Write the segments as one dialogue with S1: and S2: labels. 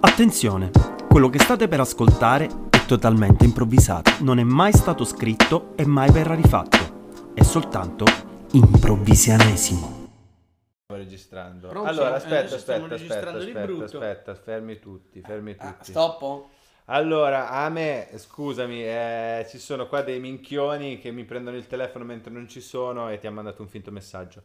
S1: Attenzione, quello che state per ascoltare è totalmente improvvisato, non è mai stato scritto e mai verrà rifatto, è soltanto improvvisianesimo.
S2: registrando.
S3: Pronto?
S2: Allora,
S3: Eh,
S2: aspetta,
S3: ci
S2: aspetta,
S3: stiamo
S2: aspetta, aspetta,
S3: registrando di
S2: aspetta,
S3: brutto.
S2: fermi tutti, fermi tutti.
S3: Ah, stoppo?
S2: Allora, a me, scusami, eh, ci sono qua dei minchioni che mi prendono il telefono mentre non ci sono e ti hanno mandato un finto messaggio.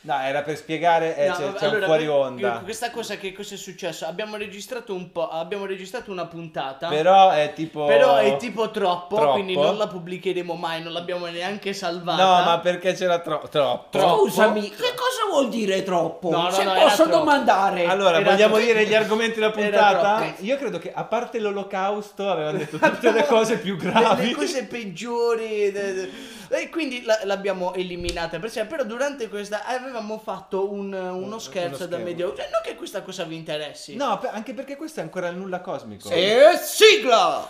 S2: No, era per spiegare, eh,
S3: No,
S2: c'è,
S3: vabbè,
S2: c'è un
S3: allora,
S2: fuori
S3: que-
S2: onda.
S3: Questa cosa che cosa è successo? Abbiamo registrato un po', abbiamo registrato una puntata.
S2: Però è tipo...
S3: però è tipo troppo,
S2: troppo.
S3: quindi non la pubblicheremo mai, non l'abbiamo neanche salvata.
S2: No, ma perché c'era tro- troppo?
S3: Troppo?
S4: Scusami, che cosa vuol dire troppo?
S3: No, no,
S4: Se
S3: no, era
S4: posso
S3: troppo.
S4: domandare.
S2: Allora,
S3: eh, Era
S2: vogliamo
S3: troppo.
S2: dire gli argomenti della
S3: Era
S2: puntata?
S3: troppo.
S2: Io credo che, a parte l'olocausto, avevano detto tutte le cose più
S3: le,
S2: gravi.
S3: le cose peggiori. de- de- E quindi la- l'abbiamo eliminata. Per sé. Però durante questa avevamo fatto un- uno scherzo da
S2: scherzo.
S3: medio. Cioè, non che questa cosa vi interessi.
S2: No, per- anche perché questo è ancora il nulla cosmico.
S3: E
S4: Eh,
S3: sigla!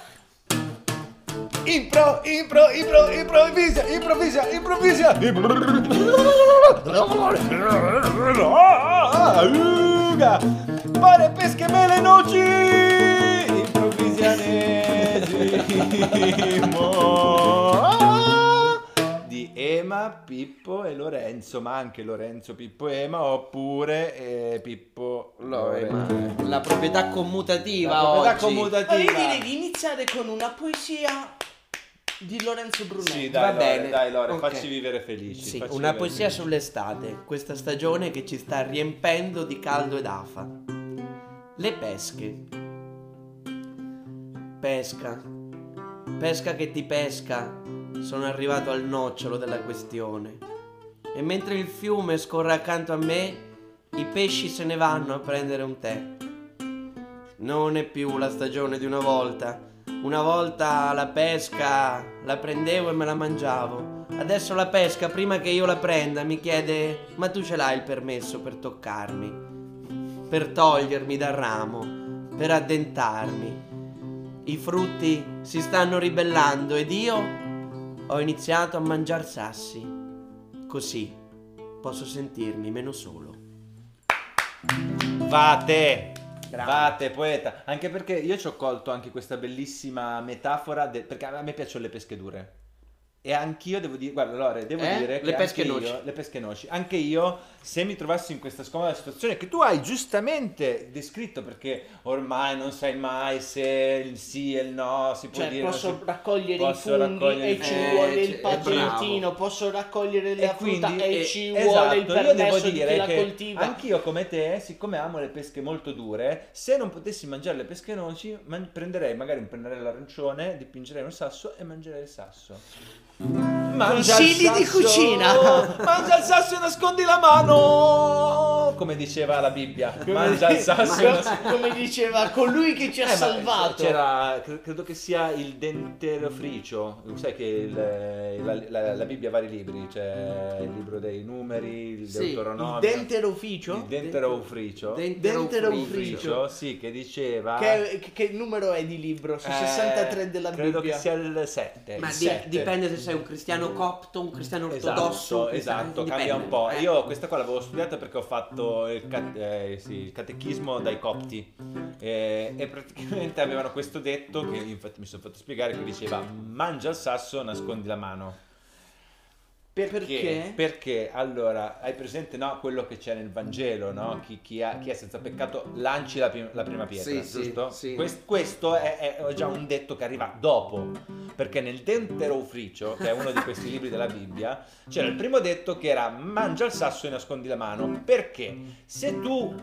S2: Impro, impro, impro, improvvisa, improvvisa, improvvisa. Uga! Pare pesche mele noci. Improvvisianesimo. Di Ema, Pippo e Lorenzo, ma anche Lorenzo, Pippo, Ema, oppure eh, Pippo, Lorenzo.
S4: la proprietà commutativa
S2: La proprietà
S4: oggi.
S2: commutativa.
S3: Ma io direi di iniziare con una poesia di Lorenzo Brunetti.
S2: Sì, dai,
S4: Va
S2: Lore,
S4: bene.
S2: dai, Lore,
S4: Ok.
S2: facci vivere felici.
S4: Sì,
S2: facci
S4: una
S2: vivere
S4: poesia
S2: felici.
S4: sull'estate, questa stagione che ci sta riempendo di caldo ed afa. Le pesche. Pesca. Pesca che ti pesca. Sono arrivato al nocciolo della questione. E mentre il fiume scorre accanto a me, i pesci se ne vanno a prendere un tè. Non è più la stagione di una volta. Una volta la pesca la prendevo e me la mangiavo. Adesso la pesca, prima che io la prenda, mi chiede: Ma tu ce l'hai il permesso per toccarmi? Per togliermi dal ramo? Per addentarmi? I frutti si stanno ribellando ed io ho iniziato a mangiar sassi. Così posso sentirmi meno solo.
S2: Vate!
S4: Bravo.
S2: Vate, poeta! Anche perché io ci ho colto anche questa bellissima metafora, del- perché a me piacciono le pesche dure. E anch'io devo dire, guarda Lore, devo
S4: Eh?
S2: dire che
S4: Le pesche
S2: anche
S4: noci.
S2: io- le pesche noci. Anche io, se mi trovassi in questa scomoda situazione che tu hai giustamente descritto, perché ormai non sai mai se il sì e il no si può
S3: Cioè,
S2: dire. non
S3: posso
S2: si-
S3: raccogliere
S2: posso
S3: i funghi
S2: raccogliere i
S3: e ci
S2: funghi.
S3: vuole
S4: Eh,
S3: il
S4: c- è bravo.
S3: patentino, posso raccogliere la
S2: e
S3: frutta
S2: quindi
S3: e
S2: eh,
S3: ci
S2: esatto,
S3: vuole il
S2: io devo
S3: permesso di
S2: dire
S3: chi la
S2: che
S3: coltiva.
S2: anch'io come te siccome amo le pesche molto dure se non potessi mangiare le pesche noci man- prenderei magari un pennarello arancione dipingerei un sasso e mangerei il sasso Mangia il
S3: Consigli di
S2: sasso!
S3: cucina!
S2: mangia il sasso e nascondi la mano come diceva la Bibbia mangia il sasso e nascondi
S3: come diceva colui che ci ha
S2: eh, ma
S3: salvato.
S2: C'era, cre- credo che sia il denterofricio. Sai che il- eh, la, la- la Bibbia ha vari libri, c'è il libro dei numeri, il
S4: Sì,
S3: il
S2: deuteronomio.
S3: denterofricio
S2: Il denterofricio.
S3: Denterofricio.
S4: Denterofricio.
S2: sì, che diceva...
S3: che, che- che numero è di libro? Su
S2: eh,
S3: 63 della
S2: Credo
S3: Bibbia.
S2: che sia il 7.
S4: Ma di- dipende se sei un
S3: Mm.
S4: cristiano copto, un cristiano
S2: Esatto,
S4: ortodosso. un cristiano-
S2: esatto,
S4: dipende.
S2: cambia un po'.
S4: Eh.
S2: Io questa qua l'avevo studiata perché ho fatto il, cat- eh, sì, il catechismo dai copti Eh, e praticamente avevano questo detto che infatti mi sono fatto spiegare che diceva mangia il sasso, nascondi la mano.
S4: Eh.
S3: Perché?
S2: Perché allora hai presente no, quello che c'è nel Vangelo,
S4: Mm.
S2: no? chi, chi ha- chi è senza peccato lanci la, pi- la prima pietra,
S4: Sì, sì,
S2: giusto?
S4: sì.
S2: Quest- questo è, è già un detto che arriva dopo. Perché nel Denterofricio, che è uno di questi libri della Bibbia, c'era il primo detto che era mangia il sasso e nascondi la mano. Perché se tu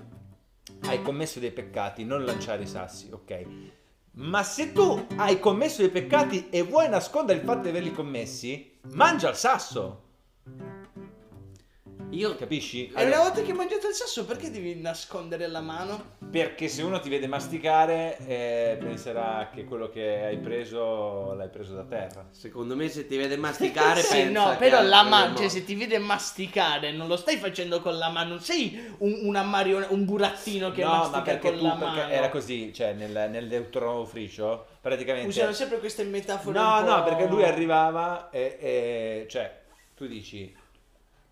S2: hai commesso dei peccati, non lanciare i sassi, ok? Ma se tu hai commesso dei peccati e vuoi nascondere il fatto di averli commessi, mangia il sasso.
S4: Io
S2: Capisci?
S3: E una volta che hai mangiato il sasso, perché devi nascondere la mano?
S2: Perché se uno ti vede masticare, eh, penserà che quello che hai preso l'hai preso da terra.
S4: Secondo me se ti vede masticare
S3: sì,
S4: pensa
S3: no,
S4: che
S3: però
S4: hai-
S3: la
S4: che
S3: mano,
S4: è
S3: cioè,
S4: morto.
S3: se ti vede masticare, non lo stai facendo con la mano, non sei un, una marion- un burattino che
S2: no, ma
S3: mastica
S2: perché
S3: con
S2: tu,
S3: la
S2: perché
S3: mano.
S2: era così, cioè nel, nel deuterofricio, praticamente...
S3: Usano sempre queste metafore.
S2: No,
S3: un po'-
S2: no, perché lui arrivava e, e- cioè, tu dici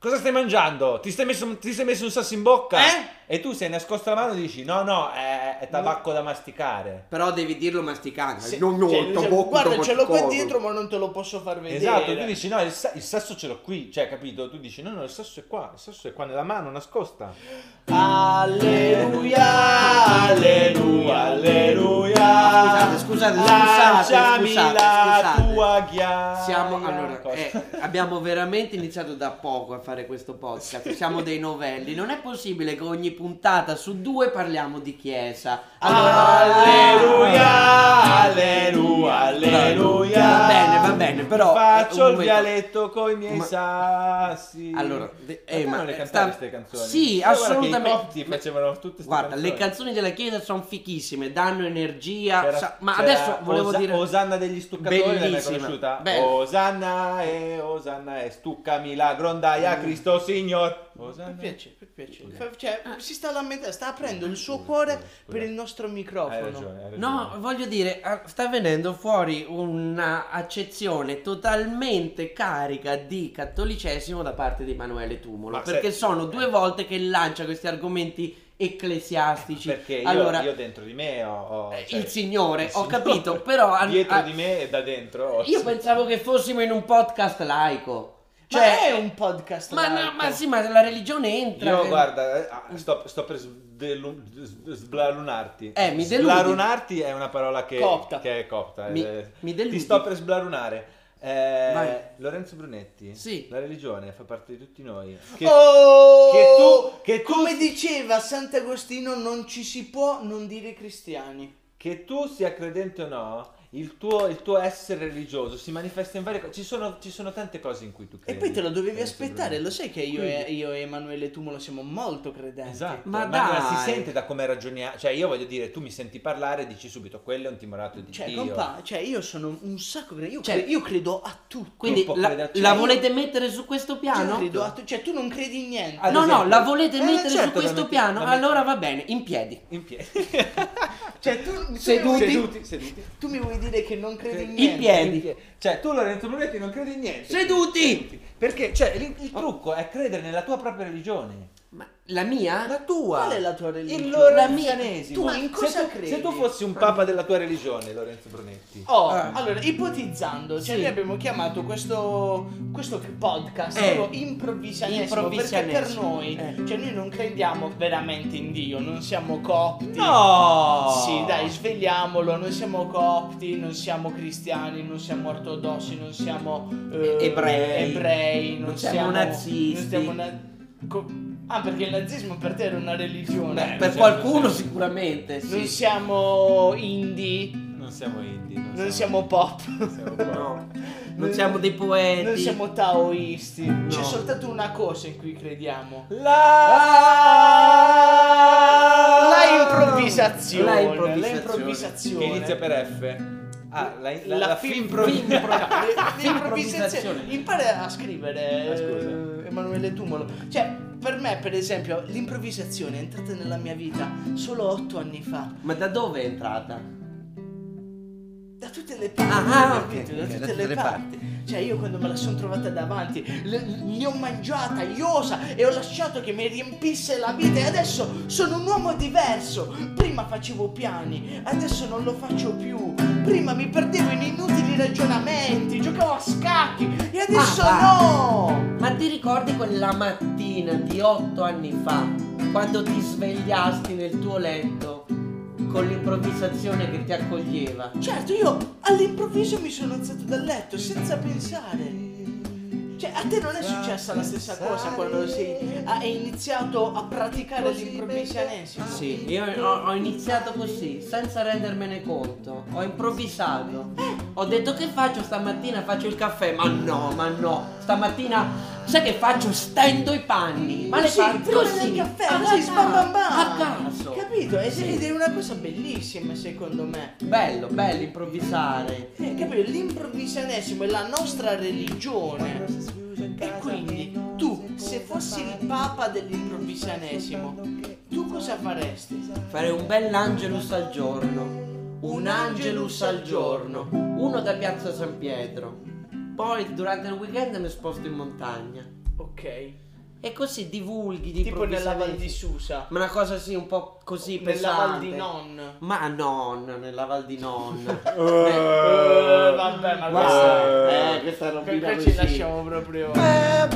S2: Cosa stai mangiando? Ti sei messo, ti sei messo un sasso in bocca?
S3: Eh?
S2: E tu sei nascosto la mano e dici: No, no, è, è tabacco da masticare.
S4: Però devi dirlo masticando.
S3: Sì,
S4: non no,
S3: cioè, lui dice,
S4: tabacco,
S3: guarda,
S4: tabacco,
S3: ce l'ho qua
S4: tabacco".
S3: dietro, ma non te lo posso far vedere.
S2: Esatto, tu dici: No, il, sa- il sasso ce l'ho qui. Cioè, capito? Tu dici: No, no, il sasso è qua. Il sasso è qua nella mano, nascosta.
S3: Alleluia, alleluia, alleluia.
S4: Scusate, scusate,
S2: Lanciami
S4: scusate, scusate,
S2: la
S4: scusate.
S2: tua ghiaia.
S4: Siamo, allora,
S2: Cosa?
S4: eh, abbiamo veramente iniziato da poco a fare questo podcast. Siamo dei novelli. Non è possibile che ogni puntata su due parliamo di chiesa.
S2: Alleluia, alleluia, alleluia.
S4: Va bene, va bene, però.
S2: Faccio
S4: un
S2: il
S4: momento.
S2: dialetto coi miei
S4: Ma-
S2: sassi.
S4: Allora, de- eh,
S2: ma
S4: ma-
S2: non le cantavi
S4: sta-
S2: queste canzoni?
S4: Sì,
S2: Guarda che
S4: assolutamente.
S2: I copti facevano tutte queste
S4: Guarda,
S2: canzoni.
S4: le canzoni della chiesa sono fichissime, danno energia.
S2: C'era-
S4: Ah, sa- ma
S2: c'era
S4: adesso volevo
S2: Osa-
S4: dire.
S2: Osanna degli stuccatori l'hai mai
S4: Bellissima.
S2: conosciuta?
S4: Bella.
S2: Osanna e Osanna e stuccami la grondaia
S4: Mm.
S2: Cristo Signor.
S3: Per
S2: Osanna.
S3: piacere, per piacere. Fa- Cioè,
S4: Ah.
S3: si sta lamentando, sta aprendo il suo cuore per il nostro
S2: Hai
S3: microfono.
S2: ragione, hai ragione.
S4: No, voglio dire, ah, sta venendo fuori una accezione totalmente carica di cattolicesimo da parte di Emanuele Tumulo.
S2: Ma
S4: perché
S2: se- eh.
S4: sono due volte che lancia questi argomenti ecclesiastici.
S2: Eh, Perché io,
S4: allora,
S2: io dentro di me ho, ho-
S4: eh,
S2: cioè,
S4: il Signore,
S2: il
S4: ho
S2: Signore.
S4: capito, però a-
S2: dietro
S4: a-
S2: di me e da dentro ho-
S4: io pensavo che fossimo in un podcast laico.
S3: Cioè,
S4: Cioè,
S3: è un podcast.
S4: ma, no,
S3: laico.
S4: ma sì, ma la religione entra.
S2: Io
S4: eh.
S2: guarda, eh, ah, sto, sto per svelu- s- sblarunarti.
S4: Eh, mi deludi.
S2: Sblarunarti è una parola che,
S3: Copta.
S2: che è copta.
S4: Mi-
S2: eh.
S4: mi deludi.
S2: Ti sto per sblarunare. Eh,
S4: Vai.
S2: Lorenzo Brunetti,
S4: Sì.
S2: la religione fa parte di tutti noi. Che-
S3: Oh!
S2: che tu- che tu-
S3: come diceva Sant'Agostino, non ci si può non dire cristiani.
S2: Che tu sia credente o no, il tuo, il tuo essere religioso si manifesta in varie cose. Ci sono, ci sono tante cose in cui tu
S3: E
S2: credi.
S3: poi te lo dovevi
S2: Lorenzo
S3: aspettare,
S2: Brunetti.
S3: lo sai che io e, io e Emanuele Tumolo siamo molto credenti.
S2: Esatto, ma,
S4: Ma
S2: ma
S4: dai.
S2: si sente da come ragioniamo. Cioè, io voglio dire, tu mi senti parlare e dici subito, quello è un timorato di
S3: Cioè,
S2: Dio.
S3: compa, cioè, io sono un sacco credente. Io,
S4: Cioè-
S3: cre- io credo a tutto.
S4: Quindi
S2: può
S4: la,
S2: credere-
S4: la
S2: cioè, io-
S4: volete mettere su questo
S3: Cioè,
S4: piano?
S3: credo a tu- cioè, tu non credi in niente.
S2: Ad
S4: no, no,
S2: esempio.
S4: la volete
S2: Eh,
S4: mettere
S2: certo,
S4: su questo
S2: la metti-
S4: piano?
S2: la metti-
S4: allora va bene, in piedi.
S2: In piedi.
S3: Cioè, tu,
S4: Seduti.
S3: tu, mi vuoi-
S4: Seduti,
S3: tu mi vuoi dire che non credi in
S4: In
S3: niente?
S4: piedi.
S2: Cioè, tu Lorenzo Brunetti non credi in niente.
S4: Seduti!
S2: Perché, cioè, il,
S3: Oh.
S2: il trucco è credere nella tua propria religione.
S4: Ma la mia?
S2: La tua.
S3: Qual è la tua religione?
S2: Il
S3: La
S2: lorenzianesimo.
S3: mia. Tu in cosa
S2: se tu,
S3: credi?
S2: Se tu fossi un papa della tua religione, Lorenzo Brunetti.
S3: Oh,
S4: Ah.
S3: allora, ipotizzando, cioè
S4: Sì.
S3: noi abbiamo chiamato questo, questo podcast
S4: Eh.
S3: proprio improvvisanesimo, perché per
S4: Improvvisanesimo.
S3: noi,
S4: Eh.
S3: cioè noi non crediamo veramente in Dio, non siamo copti.
S2: No!
S3: Sì, dai, svegliamolo, non siamo copti, non siamo cristiani, non siamo ortodossi, non siamo eh,
S4: Ebrei.
S3: ebrei, non,
S4: Non siamo nazisti.
S3: non siamo na- co- ah, perché il nazismo per te era una religione.
S2: Beh,
S4: per
S2: certo,
S4: qualcuno
S2: sì.
S4: sicuramente, sì.
S3: non siamo indie,
S2: Non siamo indie.
S3: non siamo pop.
S2: non siamo pop.
S4: No, non siamo dei poeti.
S3: Noi siamo taoisti. C'è
S4: No.
S3: soltanto una cosa in cui crediamo.
S2: La...
S3: La improvvisazione.
S4: La
S3: La
S4: improvvisazione.
S3: improvvisazione.
S2: Che inizia per F. Ah, la, la, la,
S3: finpro-
S2: finpro-
S3: L'improvvisazione. Impara a scrivere.
S2: Ah, scusa.
S3: eh, Emanuele Tumolo. Cioè, per me, per esempio, l'improvvisazione è entrata nella mia vita solo otto anni fa.
S4: Ma da dove è entrata?
S3: Da tutte le parti.
S4: Ah,
S3: capito?
S4: ok,
S3: da
S4: ok,
S3: tutte le, parti. Cioè, io quando me la sono trovata davanti, le, ne ho mangiata, iosa e ho lasciato che mi riempisse la vita. E adesso sono un uomo diverso. Prima facevo piani, adesso non lo faccio più. Prima mi perdevo in inutili ragionamenti, giocavo a scacchi e adesso
S4: Ah, va.
S3: no.
S4: Ma ti ricordi quella mattina di otto anni fa, quando ti svegliasti nel tuo letto con l'improvvisazione che ti accoglieva?
S3: Certo, io all'improvviso mi sono alzato dal letto senza pensare. Cioè, a te non è successa la stessa cosa quando sei, hai iniziato a praticare l'improvvisanesimo?
S4: Sì, io ho, ho iniziato così, senza rendermene conto. Ho improvvisato. Ho detto che faccio stamattina? Faccio il caffè. Ma no, ma no. Stamattina sai che faccio? Stendo i panni. Ma le
S3: Sì,
S4: faccio
S3: prima
S4: così.
S3: del caffè,
S4: a
S3: così
S4: caso,
S3: spambambam.
S4: A caso.
S3: Capito? Ed è- ed è una cosa bellissima secondo me.
S4: Bello, bello improvvisare.
S3: Eh, capito? L'improvvisanesimo è la nostra religione. E quindi tu, se fossi il papa dell'improvvisanesimo, tu cosa faresti?
S4: Fare un bel Angelus al giorno. Un Angelus al giorno. Uno da Piazza San Pietro. Poi durante il weekend mi sposto in montagna.
S3: Ok.
S4: E così divulghi di
S3: Tipo nella Val di
S4: improvvisamente.
S3: Susa.
S4: Ma una cosa sì, un po' così
S3: Nella
S4: pesante.
S3: Val di Non.
S4: Ma non, nella Val di Non.
S3: Eh, vabbè, ma
S4: Guarda,
S3: questa-
S4: eh, questa roba
S3: que- que-
S4: così.
S3: ci lasciamo proprio.
S2: Eh,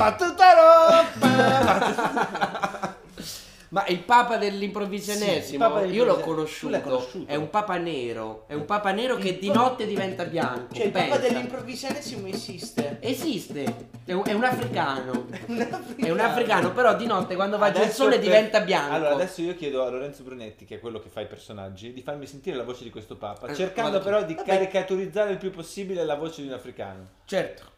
S4: Ma il papa dell'improvvisionesimo,
S3: Sì, il papa
S4: io l'ho
S3: dell'improvvisionesimo.
S4: conosciuto.
S2: Tu l'hai conosciuto?
S4: È un papa nero. È un papa nero che di notte diventa bianco.
S3: Cioè, il papa
S4: pensa.
S3: dell'improvvisionesimo esiste.
S4: Esiste. È un, è un africano.
S3: Un
S4: È un africano, però di notte quando va giù il
S2: Adesso
S4: sole
S2: per-
S4: diventa bianco.
S2: Allora, adesso io chiedo a Lorenzo Brunetti, che è quello che fa i personaggi, di farmi sentire la voce di questo Papa,
S4: Eh,
S2: cercando
S4: vado-
S2: però di
S4: vabbè.
S2: caricaturizzare il più possibile la voce di un africano.
S4: Certo.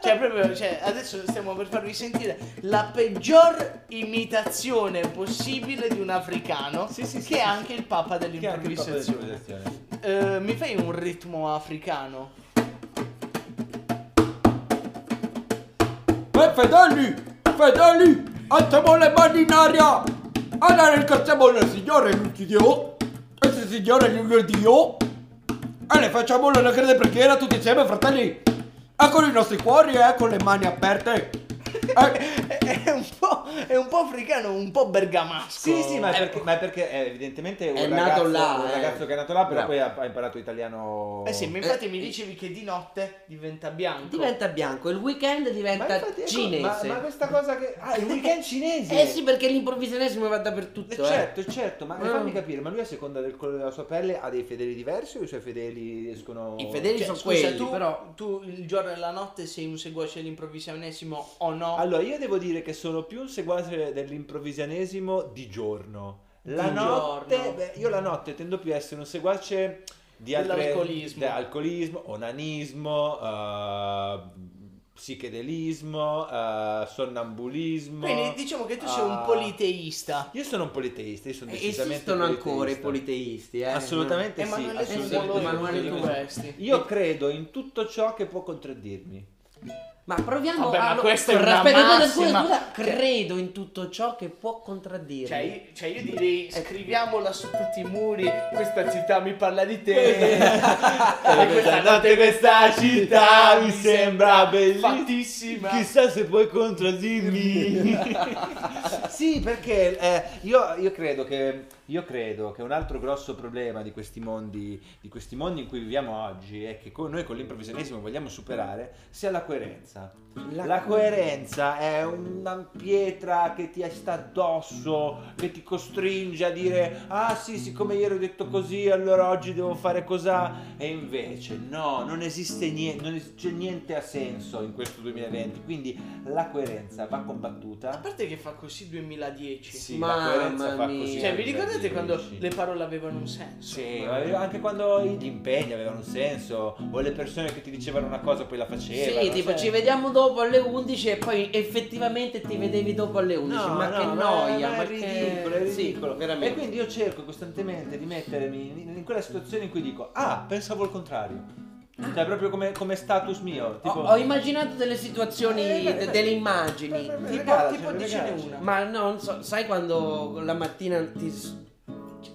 S3: Cioè, proprio, cioè, adesso stiamo per farvi sentire la peggior imitazione possibile di un africano,
S2: Sì, sì, sì, sì,
S3: che
S2: sì.
S3: è anche il papa
S2: Che è anche il Papa
S3: dell'improvvisazione.
S2: dell'improvvisazione.
S3: Eh, mi fai un ritmo africano?
S4: E Eh, fedeli, fedeli, alziamo le mani in aria. Allora ringraziamo il Signore nostro Dio. E il Signore il mio Dio. E le facciamo la grande preghiera tutti insieme, fratelli. E con i nostri cuori e con le mani aperte. Eh. E-
S3: È- È un po', è un po' africano, un po' bergamasco.
S2: Sì, sì, ma è perché, ma è perché, eh, evidentemente un
S4: È nato
S2: ragazzo,
S4: là,
S2: un
S4: eh.
S2: ragazzo che è nato là, però
S4: Bravo.
S2: poi ha, ha imparato italiano.
S3: Eh sì, ma infatti mi dicevi che di notte diventa bianco.
S4: diventa bianco, il weekend
S2: Ma
S4: diventa
S2: infatti, ecco,
S4: cinese.
S2: Ma, ma questa cosa che. Ah, il weekend cinese!
S4: Eh sì, perché l'improvvisionesimo va
S2: Eh,
S4: dappertutto. eh.
S2: Certo, certo, ma
S4: Mm.
S2: fammi capire, ma lui a seconda del colore della sua pelle ha dei fedeli diversi o i suoi fedeli escono...
S4: I fedeli-
S3: Cioè,
S4: sono
S3: scusa,
S4: quelli,
S3: tu,
S4: però-
S3: tu il giorno e la notte sei un seguace dell'improvvisionesimo o no?
S2: Allora, io devo dire che sono più un seguace dell'improvvisanesimo di giorno. La
S3: Di
S2: notte,
S3: giorno.
S2: beh, io la notte tendo più a essere un seguace di altre-
S3: Dell'alcolismo.
S2: di alcolismo, onanismo, eh, psichedelismo, eh, sonnambulismo.
S3: Quindi diciamo che tu sei un
S2: Ah.
S3: politeista.
S2: Io sono un politeista, io sono
S4: E
S2: decisamente
S4: Esistono ancora i
S2: politeista.
S4: politeisti, eh?
S2: Assolutamente sì.
S3: Emanuele
S4: sì,
S2: assolutamente
S3: Tuolo e
S2: sì.
S3: Emanuele Tuesti.
S2: Io credo in tutto ciò che può contraddirmi.
S4: Ma proviamo
S3: Vabbè, ma
S4: a.
S3: questa è una
S4: aspetta, aspetta, scusa,
S3: massima.
S4: scusa. Credo in tutto ciò che può contraddire.
S3: Cioè, io- cioè io
S2: Eh,
S3: direi scriviamola su tutti i muri, questa città mi parla di te.
S2: Eh, questa notte questa città mi sembra
S3: Fattissima.
S2: bellissima. Chissà se puoi contraddirmi. sì, perché eh, io, io credo che, io credo che un altro grosso problema di questi, mondi, di questi mondi in cui viviamo oggi e che con- noi con l'improvvisionismo vogliamo superare sia la coerenza. La, coerenza è una pietra che ti sta addosso, che ti costringe a dire ah sì, siccome ieri ho detto così, allora oggi devo fare cos'ha e invece no, non esiste niente, non es- c'è niente a senso in questo 2020, quindi la coerenza va
S3: A
S2: combattuta.
S3: parte che fa così 2010.
S2: Sì,
S4: Mamma
S2: la coerenza fa
S4: mia.
S2: così.
S3: Cioè,
S2: nel
S3: vi ricordate
S2: 2010?
S3: quando le parole avevano un senso?
S2: Sì, ma anche quando gli impegni avevano un senso, o le persone che ti dicevano una cosa poi la facevano.
S4: Sì, tipo
S2: cioè-
S4: ci vediamo dopo alle 11 e poi effettivamente ti vedevi dopo alle 11. ma che noia, ma,
S2: è ridicolo,
S4: che...
S2: è ridicolo.
S4: Sì, veramente.
S2: E quindi io cerco costantemente di mettermi in, in quella situazione in cui dico, ah, pensavo il contrario. Cioè, proprio come, come status mio.
S4: Ho,
S2: Tipo,
S4: ho immaginato delle situazioni,
S2: Eh, beh,
S4: de-
S2: beh,
S4: delle
S2: beh,
S4: immagini.
S2: beh, beh,
S3: Tipo,
S2: Regalaci,
S3: tipo
S2: regalaci.
S3: dicene una.
S4: Ma no, non so, sai quando la mattina ti s-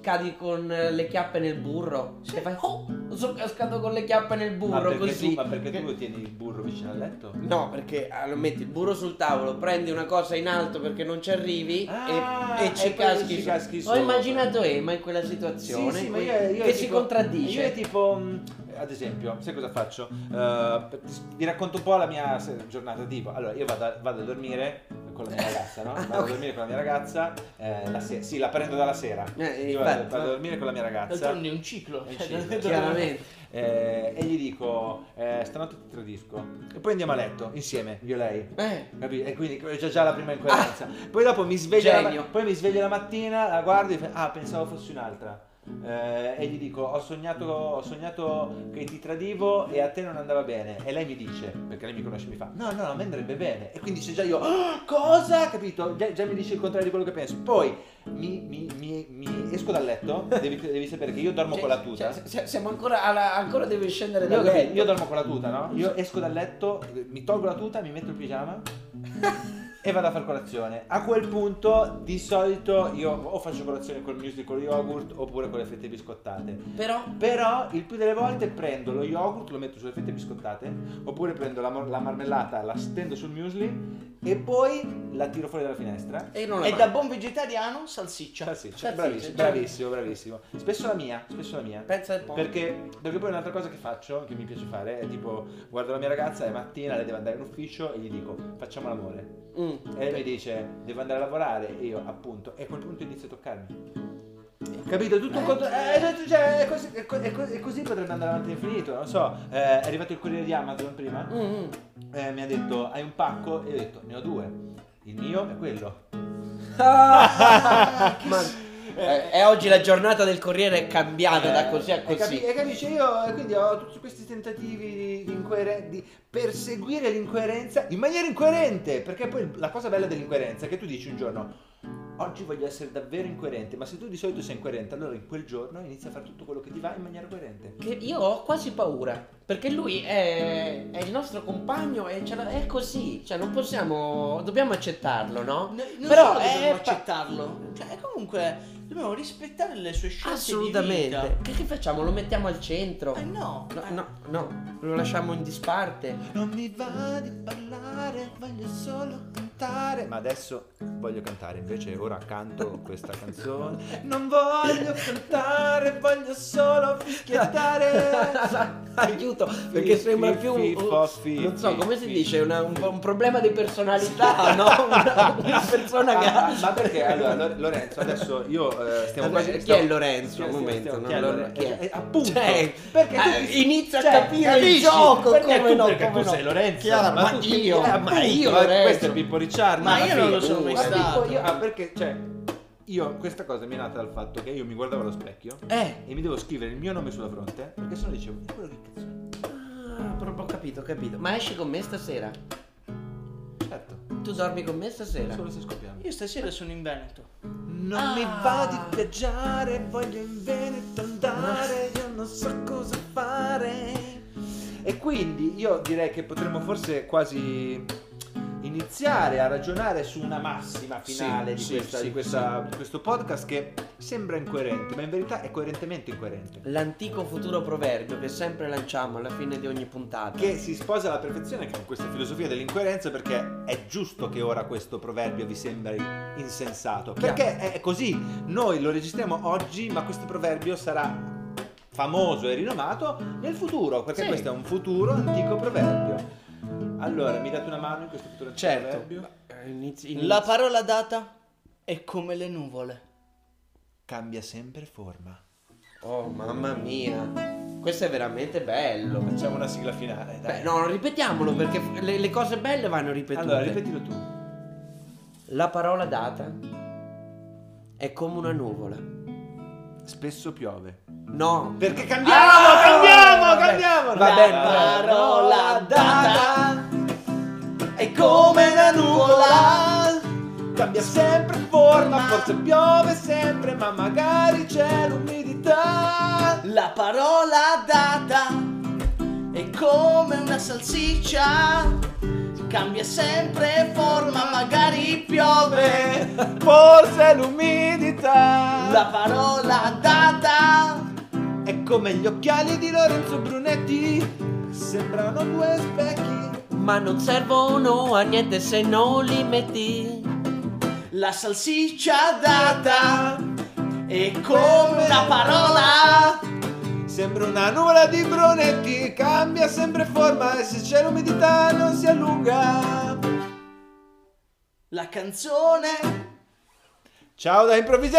S4: cadi con eh, le chiappe nel burro? E fai, oh, sono cascato con le chiappe nel
S2: ma
S4: burro
S2: perché,
S4: così.
S2: Tu, ma perché tu tieni il burro vicino al letto?
S4: No, perché allora, metti il burro sul tavolo, prendi una cosa in alto perché non ci arrivi
S2: Ah,
S4: e, e ci
S2: e poi
S4: caschi.
S2: ci
S4: sopra.
S2: caschi
S4: Ho
S2: sopra.
S4: immaginato Emma in quella situazione che si
S2: tipo-
S4: contraddice.
S2: Io tipo, mh, ad esempio, sai cosa faccio? Eh, vi racconto un po' la mia se- giornata tipo. Allora, io vado a, vado a dormire con la mia ragazza, no? Vado a dormire con la mia ragazza, eh, la se- sì, la prendo dalla sera.
S4: Eh,
S2: Io vado,
S4: infatti.
S2: vado a dormire con la mia ragazza.
S3: D'altronde è un ciclo.
S2: È un
S3: cioè,
S2: ciclo,
S3: dove-
S4: Chiaramente.
S2: eh, e gli dico, eh, stanotte ti tradisco. E poi andiamo a letto insieme, io e lei.
S4: Eh,
S2: Capito? E quindi c'è già la prima incoerenza. Poi dopo mi sveglio,
S4: Ah. Genio.
S2: la, poi mi sveglio la mattina, la guardo e fa- ah, pensavo fossi un'altra. Eh, e gli dico, ho sognato, ho sognato che ti tradivo e a te non andava bene. E lei mi dice, perché lei mi conosce, mi fa, no, no, a me andrebbe bene. E quindi c'è già io, "Ah, cosa? Capito? Già, già mi dice il contrario di quello che penso. Poi mi, mi- mi- mi- esco dal letto, devi, devi sapere che io dormo
S4: cioè,
S2: con la tuta.
S4: cioè, se- siamo ancora, alla- ancora deve scendere
S2: Io,
S4: da
S2: ho capito,
S4: letto.
S2: io dormo con la tuta, no? Io esco dal letto, mi tolgo la tuta, mi metto il pigiama e vado a far colazione. A quel punto di solito io o faccio colazione col muesli con lo yogurt oppure con le fette biscottate.
S4: Però
S2: Però il più delle volte prendo lo yogurt, lo metto sulle fette biscottate, oppure prendo la, mor- la marmellata, la stendo sul muesli e poi la tiro fuori dalla finestra.
S4: e non la
S3: E
S4: mangio.
S3: da buon vegetariano, salsiccia.
S2: Salsiccia,
S4: Salsiccia,
S2: Ah, cioè, bravissimo,
S4: certo.
S2: bravissimo, bravissimo. Spesso la mia, spesso la mia.
S4: pensa un po'.
S2: Perché, perché poi un'altra cosa che faccio, che mi piace fare, è tipo guardo la mia ragazza, è mattina, lei deve andare in ufficio e gli dico facciamo l'amore.
S4: Mm.
S2: E lei mi dice devo andare a lavorare e io appunto e a quel punto inizio a toccarmi. Capito? Tutto contro- eh, cioè, è, così, è co- è co- è così potrebbe andare avanti all'infinito, non so, eh, è arrivato il corriere di Amazon prima,
S4: Mm, mm.
S2: eh, mi ha detto hai un pacco e io ho detto ne ho due, il mio è quello.
S4: Ah, ma- eh, e oggi la giornata del Corriere è cambiata da così a
S2: E Eh, capi-
S4: così.
S2: e capisci, io eh, quindi ho tutti questi tentativi di, di incoeren- di perseguire l'incoerenza in maniera incoerente, perché poi il- la cosa bella dell'incoerenza è che tu dici un giorno oggi voglio essere davvero incoerente, ma se tu di solito sei incoerente, allora in quel giorno inizi a fare tutto quello che ti va in maniera coerente.
S4: Che io ho quasi paura. Perché lui è, è il nostro compagno e ce la- è così. Cioè, non possiamo. Dobbiamo accettarlo, no?
S3: No, non
S4: Però
S3: solo dobbiamo
S4: è. fa-
S3: accettarlo. Cioè, comunque, dobbiamo rispettare le sue scelte. Di
S4: Assolutamente.
S3: vita.
S4: Che, che facciamo? Lo mettiamo al centro?
S3: Eh no,
S4: No,
S3: eh,
S4: no, no, lo lasciamo in disparte.
S2: Non mi va di parlare, voglio solo cantare. Eh, Ma adesso voglio cantare, invece ora canto questa canzone. Non voglio cantare, voglio solo fischiettare.
S4: Aiuto, perché
S2: Fi-
S4: sembra
S2: fi-
S4: più
S2: fi-
S4: un-
S2: fo- fi-
S4: non so
S2: fi-
S4: come si
S2: fi-
S4: dice, una- un, un problema di personalità, no? Una, una persona che
S2: Ah,
S4: ha
S2: ma perché allora Lore- Lorenzo adesso io eh, stiamo
S4: Vabbè,
S2: quasi
S4: chi
S2: stiamo-
S4: è Lorenzo? Un
S2: stiamo- stiamo-
S4: momento, no?
S2: chi è
S4: Lore-
S2: Lorenzo?
S4: chi è?
S2: Eh, appunto
S4: Cioè,
S2: perché tu
S4: eh, inizia a
S2: cioè,
S4: capire il
S2: capisci?
S4: gioco,
S2: Perché
S4: come
S2: tu-
S4: no,
S2: perché
S4: come
S2: tu
S4: no.
S2: sei Lorenzo
S4: Chiaro, ma
S2: tu-
S4: io,
S2: eh, ma io
S4: appunto,
S2: questo
S4: Lorenzo.
S2: è Pippo Ricciardi
S3: Ma
S2: alla
S3: io non
S2: fine.
S3: lo sono mai
S2: Ma Pippo,
S3: stato.
S2: io- ah, perché cioè io questa cosa mi è nata dal fatto che io mi guardavo allo specchio
S4: Eh,
S2: e mi devo scrivere il mio nome sulla fronte perché sennò dicevo "E quello che cazzo è?"
S4: ah, proprio ho capito, ho capito. Ma esci con me stasera?
S2: certo
S4: Tu dormi con me stasera?
S2: solo se scoppiamo
S3: io stasera sono in Veneto.
S2: non
S4: Ah.
S2: mi va di viaggiare voglio in Veneto andare io non so cosa fare e quindi io direi che potremmo forse quasi iniziare a ragionare su una massima finale di,
S5: sì,
S2: questa-
S5: sì,
S2: di questa- di questo podcast che sembra incoerente ma in verità è coerentemente incoerente
S4: L'antico futuro proverbio che sempre lanciamo alla fine di ogni puntata.
S2: che si sposa alla perfezione con questa filosofia dell'incoerenza perché è giusto che ora questo proverbio vi sembri insensato perché è così noi lo registriamo oggi ma questo proverbio sarà famoso e rinomato nel futuro perché
S4: Sì.
S2: questo è un futuro antico proverbio allora mi date una mano in questo futuro antico
S4: Certo.
S2: proverbio
S4: Eh, inizi- inizi-
S3: La parola data è come le nuvole.
S2: cambia sempre forma
S4: Oh, mamma mia. Questo è veramente bello.
S2: facciamo una sigla finale dai
S4: Beh, no, ripetiamolo perché f- le, le cose belle vanno ripetute.
S2: allora ripetilo tu
S4: La parola data è come una nuvola.
S2: spesso piove
S4: No.
S2: perché cambiamo
S4: Ah,
S2: cambiamo
S4: vabbè.
S2: cambiamo
S4: Va
S2: dai.
S4: bene,
S2: Dai.
S4: va bene.
S3: parola data
S2: è come la nuvola cambia sempre forma forse piove sempre ma magari c'è l'umidità
S3: La parola data è come una salsiccia. Cambia sempre forma, magari piove.
S2: forse l'umidità
S3: La parola data
S2: è come gli occhiali di Lorenzo Brunetti sembrano due specchi
S4: Ma non servono a niente se non li metti.
S3: La salsiccia data è come una parola.
S2: Sembra una nuvola di Brunetti, cambia sempre forma e se c'è l'umidità non si allunga.
S3: La canzone
S2: Ciao da improvvisazione!